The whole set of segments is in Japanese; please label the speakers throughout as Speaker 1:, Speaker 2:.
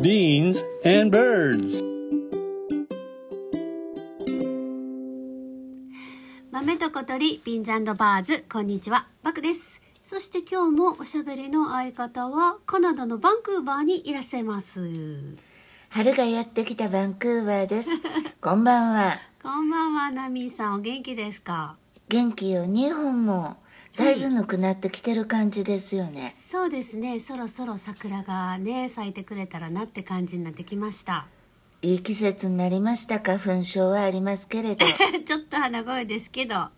Speaker 1: beans and birds.
Speaker 2: 豆と小鳥ビンズバーズこんにちはバクですそして今日もおしゃべりの相方はカナダのバンクーバーにいらっしゃいます
Speaker 3: 春がやってきたバンクーバーです こんばんは
Speaker 2: こんばんはナミさんお元気ですか
Speaker 3: 元気よ日本もだいぶぬくなってきてる感じですよね、
Speaker 2: そうですねそろそろ桜がね咲いてくれたらなって感じになってきました
Speaker 3: い、い季節になりました花粉症はありますけ れど
Speaker 2: ちょっと鼻声ですけど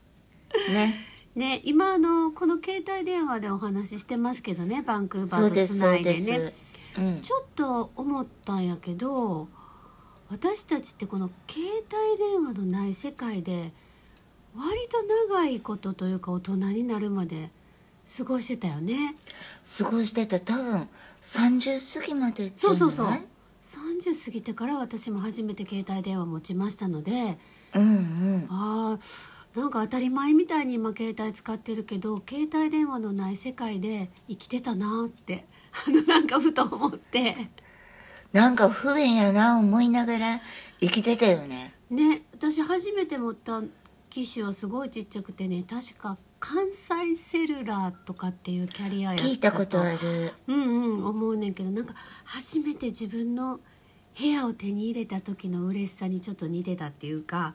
Speaker 3: ね
Speaker 2: ね今あのこの携帯電話でお話ししてますけどねバンクーバ
Speaker 3: そ
Speaker 2: ー
Speaker 3: うで
Speaker 2: と
Speaker 3: す
Speaker 2: つ
Speaker 3: そ
Speaker 2: な
Speaker 3: う
Speaker 2: い
Speaker 3: で、
Speaker 2: ですね
Speaker 3: うん、
Speaker 2: ちょっと思ったんやけど私たちってこの携帯電話のない世界で割と長いことというか大人になるまで過ごしてたよね
Speaker 3: 過ごしてた多分30過ぎまでじ
Speaker 2: そう
Speaker 3: ゃない
Speaker 2: そうそう30過ぎてから私も初めて携帯電話持ちましたので
Speaker 3: うんうん
Speaker 2: ああなんか当たり前みたいに今携帯使ってるけど携帯電話のない世界で生きてたなってあのなんかふと思って
Speaker 3: なんか不便やな思いながら生きてたよね
Speaker 2: ね私初めて持った機種はすごいちっちゃくてね確か関西セルラーとかっていうキャリアやった
Speaker 3: 聞いたことある
Speaker 2: うんうん思うねんけどなんか初めて自分の部屋を手に入れた時の嬉しさにちょっと似てたっていうか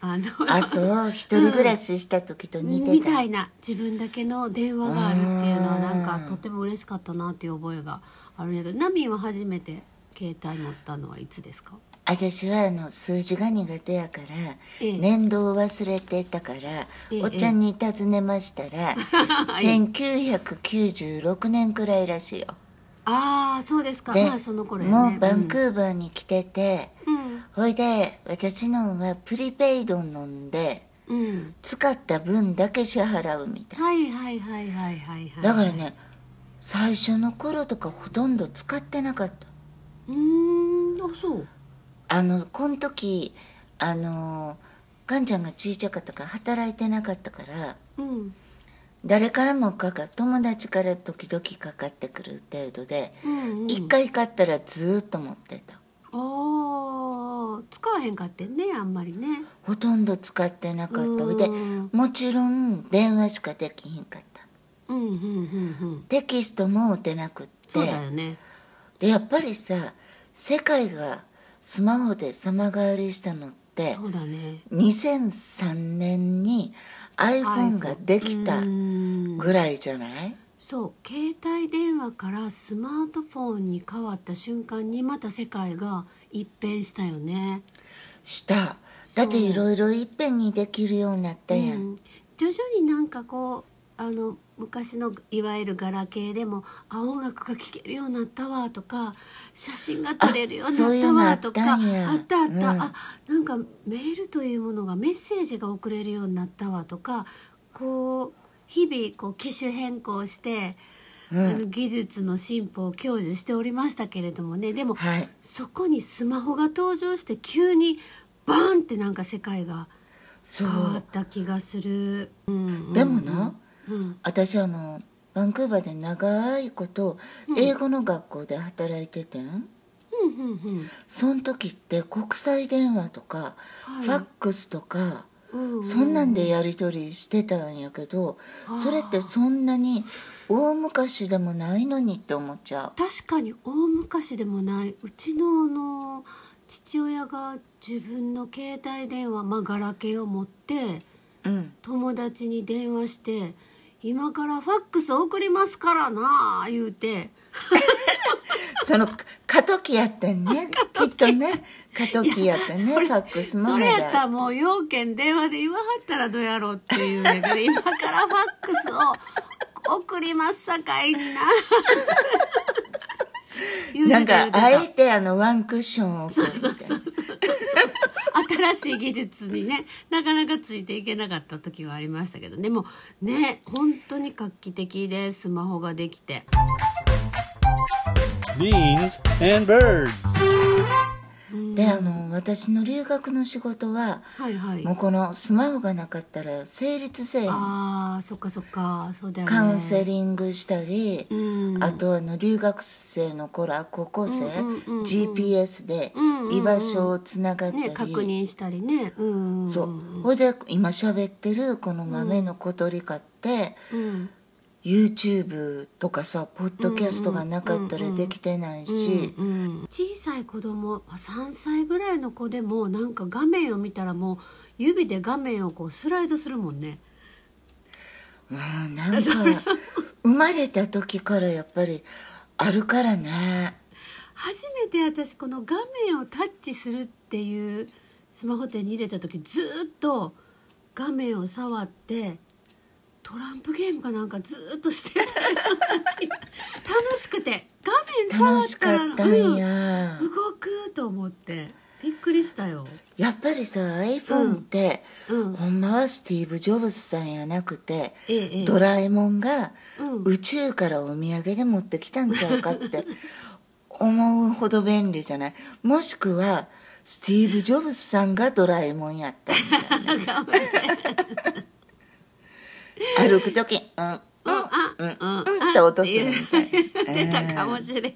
Speaker 2: あの
Speaker 3: あそう一人暮らしした時と似て
Speaker 2: み
Speaker 3: た、
Speaker 2: たいな自分だけの電話があるっていうのはなんか
Speaker 3: うん
Speaker 2: とっても嬉しかったなっていう覚えがあるんやけどナミンは初めて携帯持ったのはいつですか
Speaker 3: 私はあの数字が苦手やから、
Speaker 2: ええ
Speaker 3: 年度を忘れてたから、
Speaker 2: ええ
Speaker 3: おっちゃんに尋ねました ら、1996年くらいらしいよ
Speaker 2: ああそうですか
Speaker 3: で
Speaker 2: まあその頃やね
Speaker 3: もうバンクーバーに来てて、
Speaker 2: うん
Speaker 3: ほいで私のはプリペイド飲んで
Speaker 2: うん、
Speaker 3: 使った分だけ支払うみたい
Speaker 2: はいはいはいはいはいはい
Speaker 3: なだからね最初の頃とかほとんど使ってなかった
Speaker 2: うーんあそう
Speaker 3: あのこの時あのガンちゃんが小さかったから働いてなかったから
Speaker 2: うん
Speaker 3: 誰からもかか友達から時々かかってくる程度で
Speaker 2: うん、うん、
Speaker 3: 一、回買ったらずーっと持ってた
Speaker 2: ああ使わへんかってんねあんまりね
Speaker 3: ほとんど使ってなかった
Speaker 2: うん
Speaker 3: でもちろん電話しかできひんかった
Speaker 2: うんうんうんうん
Speaker 3: テキストも打てなくって
Speaker 2: そうだよね
Speaker 3: でやっぱりさ世界がスマホで様変わりしたのって
Speaker 2: そうだね
Speaker 3: 2003年に iPhone ができた
Speaker 2: うん
Speaker 3: ぐらいじゃない
Speaker 2: そう携帯電話からスマートフォンに変わった瞬間にまた世界が一変したよね
Speaker 3: した
Speaker 2: そ
Speaker 3: だ
Speaker 2: う
Speaker 3: っていろいろいっぺんにできるようになったやん、
Speaker 2: うん徐々になんかこうあの昔のいわゆるガラケーでも「あ音楽が聴けるようになったわ」とか「写真が撮れるように
Speaker 3: あそういう
Speaker 2: なったわ」
Speaker 3: のあっ
Speaker 2: と
Speaker 3: た
Speaker 2: か「あ
Speaker 3: んや
Speaker 2: ったあった、
Speaker 3: うん
Speaker 2: あなんかメールというものがメッセージが送れるようになったわ」とかこう日々こう機種変更して、あの技術の進歩を享受しておりましたけれどもねでも、
Speaker 3: はい
Speaker 2: そこにスマホが登場して急にバーンってなんか世界が。
Speaker 3: そ
Speaker 2: 変わっ
Speaker 3: う
Speaker 2: た気がする、うんうん
Speaker 3: でもな
Speaker 2: うん
Speaker 3: 私あのバンクーバーで長いこと英語の学校で働いててん、
Speaker 2: うんうん
Speaker 3: その時って国際電話とか、
Speaker 2: はい
Speaker 3: ファックスとか、
Speaker 2: うんうん
Speaker 3: そんなんでやり取りしてたんやけど、それってそんなに大昔でもないのにって思っちゃう
Speaker 2: 確かに大昔でもないうちのあの父親が自分の携帯電話まあガラケーを持って
Speaker 3: うん
Speaker 2: 友達に電話して「今からファックス送りますからな」言うて
Speaker 3: その過渡期やってんねきっとね過渡期やってねファックスも
Speaker 2: そ
Speaker 3: ま
Speaker 2: れやった
Speaker 3: だ
Speaker 2: らもう要件電話で言わはったらどうやろうっていうんだけ ど今からファックスを送りますさかいにな言う
Speaker 3: な
Speaker 2: て
Speaker 3: ん
Speaker 2: た言う
Speaker 3: か
Speaker 2: てた
Speaker 3: あえてあのワンクッションを置くみたいな
Speaker 2: 新しい技術にねなかなかついていけなかった時はありましたけどでもね本当に画期的でスマホができて
Speaker 1: Beans and birds.
Speaker 3: であの私の留学の仕事は
Speaker 2: はいはい
Speaker 3: もうこのスマホがなかったら成立せえへん
Speaker 2: ああそっかそっかそうだよね
Speaker 3: カウンセリングしたり、
Speaker 2: うん
Speaker 3: あとあの留学生の頃は高校
Speaker 2: う
Speaker 3: 生、
Speaker 2: んうんうんうん
Speaker 3: GPS で
Speaker 2: うんうんうん
Speaker 3: 居場所をつながったり、
Speaker 2: ね確認したりねうん
Speaker 3: そうほいで今喋ってるこの豆の小鳥かって、
Speaker 2: うん
Speaker 3: YouTube とかさポッドキャストがなかったらできてないし、
Speaker 2: うんうん小さい子供まあ3歳ぐらいの子でもなんか画面を見たらもう指で画面をこうスライドするもんね
Speaker 3: うんなんか 生まれた時からやっぱりあるからね
Speaker 2: 初めて私この画面をタッチするっていうスマホ手に入れた時ずーっと画面を触ってトランプゲームかなんかずーっとしてたような気が楽しくて画面触
Speaker 3: 楽
Speaker 2: っ
Speaker 3: した
Speaker 2: ら
Speaker 3: かったん
Speaker 2: うん
Speaker 3: や、
Speaker 2: 動くと思ってびっくりしたよ
Speaker 3: やっぱりさ iPhone って、
Speaker 2: うん
Speaker 3: ほんまはスティーブ・ジョブズさんやなくて、
Speaker 2: ええ
Speaker 3: ドラえもんが
Speaker 2: うん
Speaker 3: 宇宙からお土産で持ってきたんちゃうかって思うほど便利じゃないもしくはスティーブ・ジョブズさんがドラえもんやったみたい な歩く時「うんうんうんうん」って落とすみたいな。
Speaker 2: 出たかもしれん、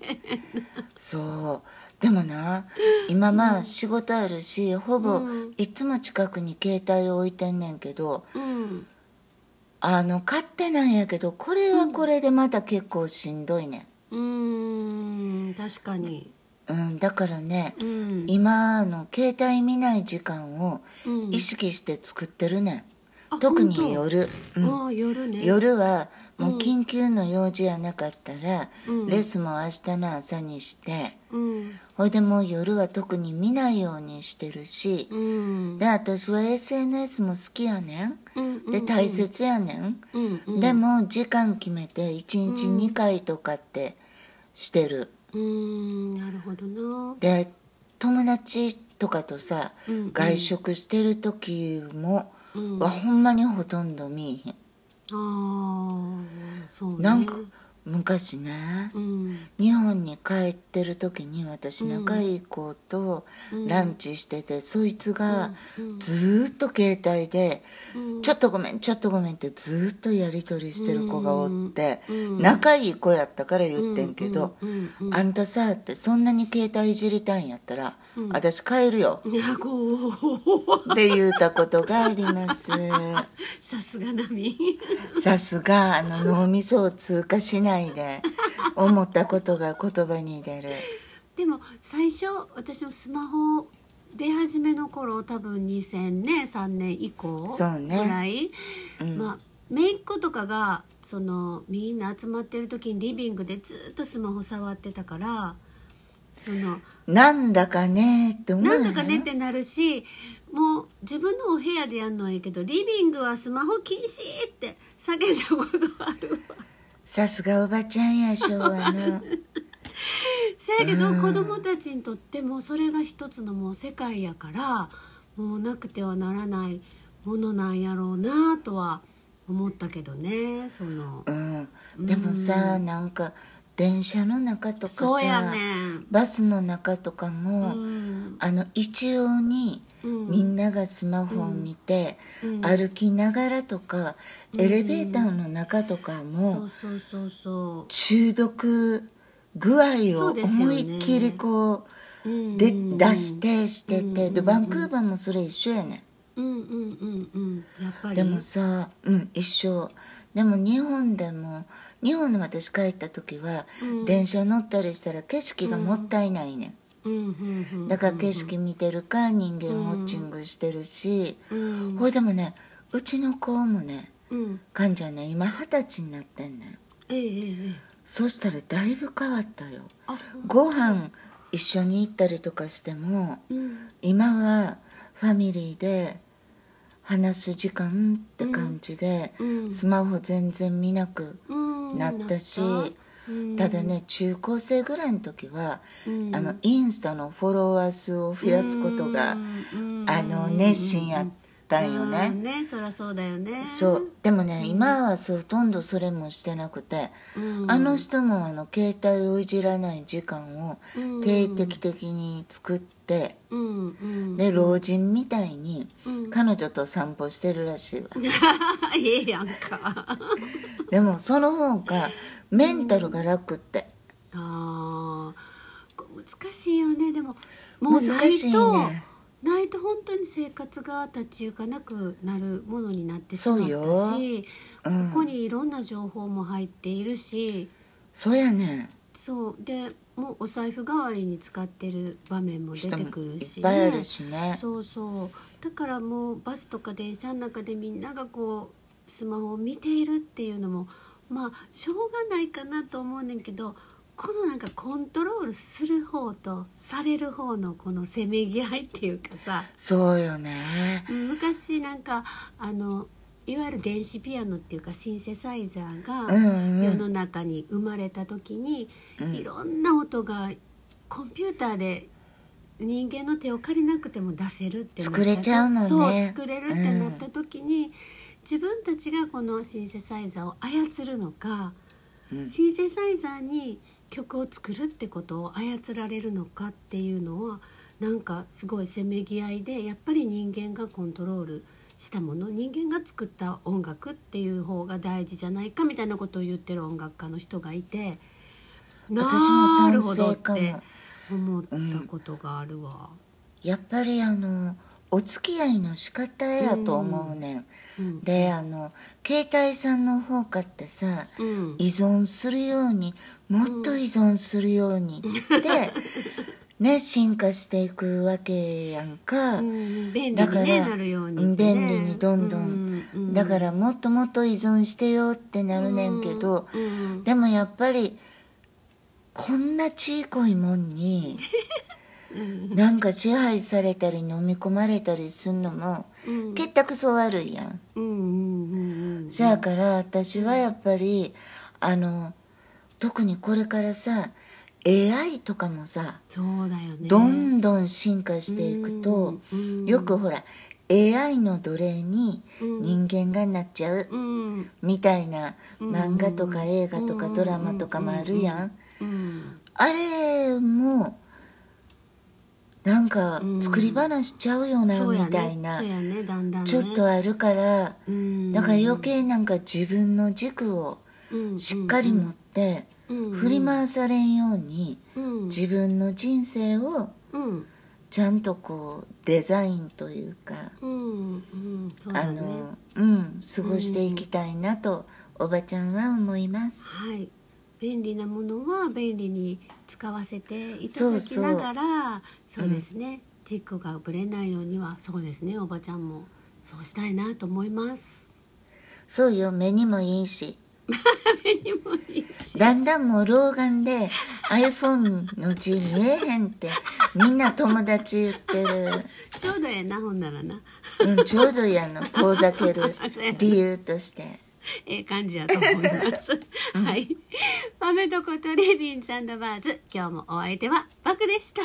Speaker 3: そうでもな今まあ仕事あるし、ほぼ
Speaker 2: うん
Speaker 3: いつも近くに携帯を置いてんねんけど
Speaker 2: うん、
Speaker 3: あの買ってなんやけどこれはこれでまた結構しんどいね
Speaker 2: うーん確かに、
Speaker 3: ん、うん、だからね、
Speaker 2: うん、
Speaker 3: 今あの携帯見ない時間を
Speaker 2: うん
Speaker 3: 意識して作ってるねん、
Speaker 2: あ
Speaker 3: 特
Speaker 2: 本
Speaker 3: に
Speaker 2: 当
Speaker 3: 夜、うん
Speaker 2: ああ夜ね
Speaker 3: 夜はもう緊急の用事やなかったら、
Speaker 2: うん
Speaker 3: レッスンも明日の朝にして
Speaker 2: うん
Speaker 3: ほいでもう夜は特に見ないようにしてるし、
Speaker 2: うん
Speaker 3: で私は SNS も好きやねん
Speaker 2: うん
Speaker 3: で大切やねん、
Speaker 2: うんうん
Speaker 3: でも時間決めて1日2回とかってしてる、
Speaker 2: うんなるほどな
Speaker 3: で友達とかとさ、
Speaker 2: うんうん
Speaker 3: 外食してる時も、
Speaker 2: うん
Speaker 3: はほんまにほとんど見えへん、
Speaker 2: ああそうね
Speaker 3: なんか昔ね、
Speaker 2: うん
Speaker 3: 日本に帰ってる時に私仲いい子とランチしてて、そいつがずーっと携帯で
Speaker 2: うん
Speaker 3: 「ちょっとごめんちょっとごめん」ってずーっとやり取りしてる子がおって
Speaker 2: うん
Speaker 3: 仲いい子やったから言ってんけど
Speaker 2: うんうんうんう
Speaker 3: 「あんたさ」ってそんなに携帯いじりたいんやったら「私帰るよ
Speaker 2: いやこう」
Speaker 3: って言うたことがあります
Speaker 2: さすがナミ
Speaker 3: さすがあの脳みそを通過しないで思ったことが言葉に出る。
Speaker 2: でも最初私もスマホ出始めの頃多分2003年以降ぐ
Speaker 3: そうね
Speaker 2: らい、まあ姪っ子とかがそのみんな集まってる時にリビングでずっとスマホ触ってたからその
Speaker 3: なんだかねーって思う
Speaker 2: な
Speaker 3: よ
Speaker 2: んだかねってなるしもう自分のお部屋でやるのはいいけどリビングはスマホ禁止って叫んだことあるわ。
Speaker 3: さすがおばちゃんや昭 和の
Speaker 2: せやけど子供たちにとってもそれが一つのもう世界やからもうなくてはならないものなんやろうなとは思ったけどねその
Speaker 3: うんでもさ、なんか電車の中とかさ
Speaker 2: そうやね
Speaker 3: バスの中とかも、
Speaker 2: ん
Speaker 3: あの一様に
Speaker 2: うん
Speaker 3: みんながスマホを見て、
Speaker 2: うん
Speaker 3: 歩きながらとか、エレベーターの中とか
Speaker 2: そ
Speaker 3: も、
Speaker 2: うそうそうそ
Speaker 3: 中毒具合を
Speaker 2: そうですよ
Speaker 3: 思
Speaker 2: ね
Speaker 3: いっきりこ
Speaker 2: う、うん
Speaker 3: うで、出してしててでバンクーバーもそれ一緒やね
Speaker 2: う
Speaker 3: ん
Speaker 2: んうんうんうんやっぱり
Speaker 3: でもさうん一緒でも日本でも日本の私帰った時は、電車乗ったりしたら景色がもったいないね、
Speaker 2: うんうんうんん
Speaker 3: だから景色見てるか人間ウォッチングしてるし、
Speaker 2: うん
Speaker 3: ほいでもねうちの子もね
Speaker 2: うん
Speaker 3: 患者ね今二十歳になってんねん
Speaker 2: ええええええ
Speaker 3: そしたらだいぶ変わったよ
Speaker 2: あ
Speaker 3: ご飯一緒に行ったりとかしても、
Speaker 2: うん
Speaker 3: 今はファミリーで話す時間って感じで、
Speaker 2: うん
Speaker 3: スマホ全然見なく
Speaker 2: うん
Speaker 3: なったし、
Speaker 2: なったうん
Speaker 3: ただね中高生ぐらいの時は、
Speaker 2: うん
Speaker 3: あのインスタのフォロワー数を増やすことが、
Speaker 2: うんうん
Speaker 3: あの熱心やっったんよ
Speaker 2: う
Speaker 3: ね
Speaker 2: んねそりゃそうだよね
Speaker 3: そうでもね今はそうほとんどそれもしてなくて、
Speaker 2: うん
Speaker 3: あの人もあの携帯をいじらない時間を
Speaker 2: うん
Speaker 3: 定期的に作って、
Speaker 2: うんうん
Speaker 3: で老人みたいに
Speaker 2: うん
Speaker 3: 彼女と散歩してるらしいわ、
Speaker 2: ええやんか
Speaker 3: でもその方がメンタルが楽って、
Speaker 2: あーこう難しいよねでももうな
Speaker 3: 難
Speaker 2: い
Speaker 3: しい
Speaker 2: と
Speaker 3: ね
Speaker 2: ないと本当に生活が立ち行かなくなるものになってしまった
Speaker 3: そうよ
Speaker 2: し、
Speaker 3: うん
Speaker 2: ここにいろんな情報も入っているし
Speaker 3: そうやね
Speaker 2: そうでもうお財布代わりに使ってる場面も出
Speaker 3: 人
Speaker 2: て
Speaker 3: も
Speaker 2: くる
Speaker 3: い
Speaker 2: し、
Speaker 3: っぱいあるしね
Speaker 2: そうそうだからもうバスとか電車の中でみんながこうスマホを見ているっていうのもまあしょうがないかなと思うねんけどこのなんかコントロールする方とされる方のこのせめぎ合いっていうかさ
Speaker 3: そうよね
Speaker 2: うん昔なんかあのいわゆる電子ピアノっていうかシンセサイザーが
Speaker 3: うんうん
Speaker 2: 世の中に生まれた時に、いろんな音がコンピューターで人間の手を借りなくても出せるってなった
Speaker 3: 作れちゃうもんね
Speaker 2: そう作れるってなった時に、自分たちがこのシンセサイザーを操るのか、
Speaker 3: うん
Speaker 2: シンセサイザーに曲を作るってことを操られるのかっていうのはなんかすごいせめぎ合いでやっぱり人間がコントロールしたもの人間が作った音楽っていう方が大事じゃないかみたいなことを言ってる音楽家の人がいてな
Speaker 3: 私も賛成
Speaker 2: るほどって
Speaker 3: か
Speaker 2: 思
Speaker 3: も
Speaker 2: ったことがあるわ。
Speaker 3: やっぱりあのお付き合いの仕方やと思うね、
Speaker 2: うんん
Speaker 3: であの携帯さんの方かってさ、
Speaker 2: うん
Speaker 3: 依存するようにもっと依存するようにで、ね、進化していくわけやんか、
Speaker 2: うん便利に、ね、
Speaker 3: だから
Speaker 2: なるように
Speaker 3: うん
Speaker 2: ってね
Speaker 3: 便利にどんどん、
Speaker 2: うう
Speaker 3: だからもっともっと依存してよってなるねんけど、
Speaker 2: うんうん
Speaker 3: でもやっぱりこんなちいこいもんになんか支配されたり飲み込まれたりすんのも
Speaker 2: うん
Speaker 3: 結託そう悪いやん、
Speaker 2: うんうんうんうん
Speaker 3: そやから私はやっぱりあの特にこれからさ AI とかもさ
Speaker 2: そうだよね
Speaker 3: どんどん進化していくと
Speaker 2: うん
Speaker 3: よくほら AI の奴隷に人間がなっちゃう
Speaker 2: うん
Speaker 3: みたいな漫画とか映画とかドラマとかもあるやん
Speaker 2: うん
Speaker 3: あれもなんか作り話しちゃうよな
Speaker 2: そう
Speaker 3: み
Speaker 2: や
Speaker 3: たい
Speaker 2: ね
Speaker 3: な
Speaker 2: そうやねだんだんね
Speaker 3: ちょっとあるから
Speaker 2: うん
Speaker 3: だから余計なんか自分の軸を
Speaker 2: うん
Speaker 3: しっかり持って
Speaker 2: うん
Speaker 3: 振り回されんように
Speaker 2: うん
Speaker 3: 自分の人生を
Speaker 2: うん
Speaker 3: ちゃんとこうデザインというか
Speaker 2: うんうんそう
Speaker 3: あ
Speaker 2: だね
Speaker 3: のうん過ごしていきたいなとおばちゃんは思います。
Speaker 2: はい便利なものは便利に使わせていただきながらそうですね、軸がぶれないようにはそうですねおばちゃんもそうしたいなと思います
Speaker 3: そうよ目にもいいし
Speaker 2: でもいいし
Speaker 3: だんだんもう老眼で iPhone の字見えへんってみんな友達言ってる、
Speaker 2: ちょうどええなほんならな
Speaker 3: うん、ちょうどいいあの遠ざける理由として
Speaker 2: ええ感じやと思います。はい。豆とことレビンサンドバーズ。今日もお相手はバクでした。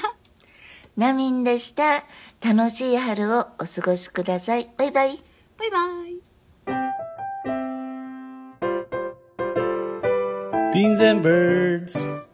Speaker 3: ナミンでした楽しい春をお過ごしくださいバイバイ
Speaker 2: バイバイ。
Speaker 1: Beans and birds.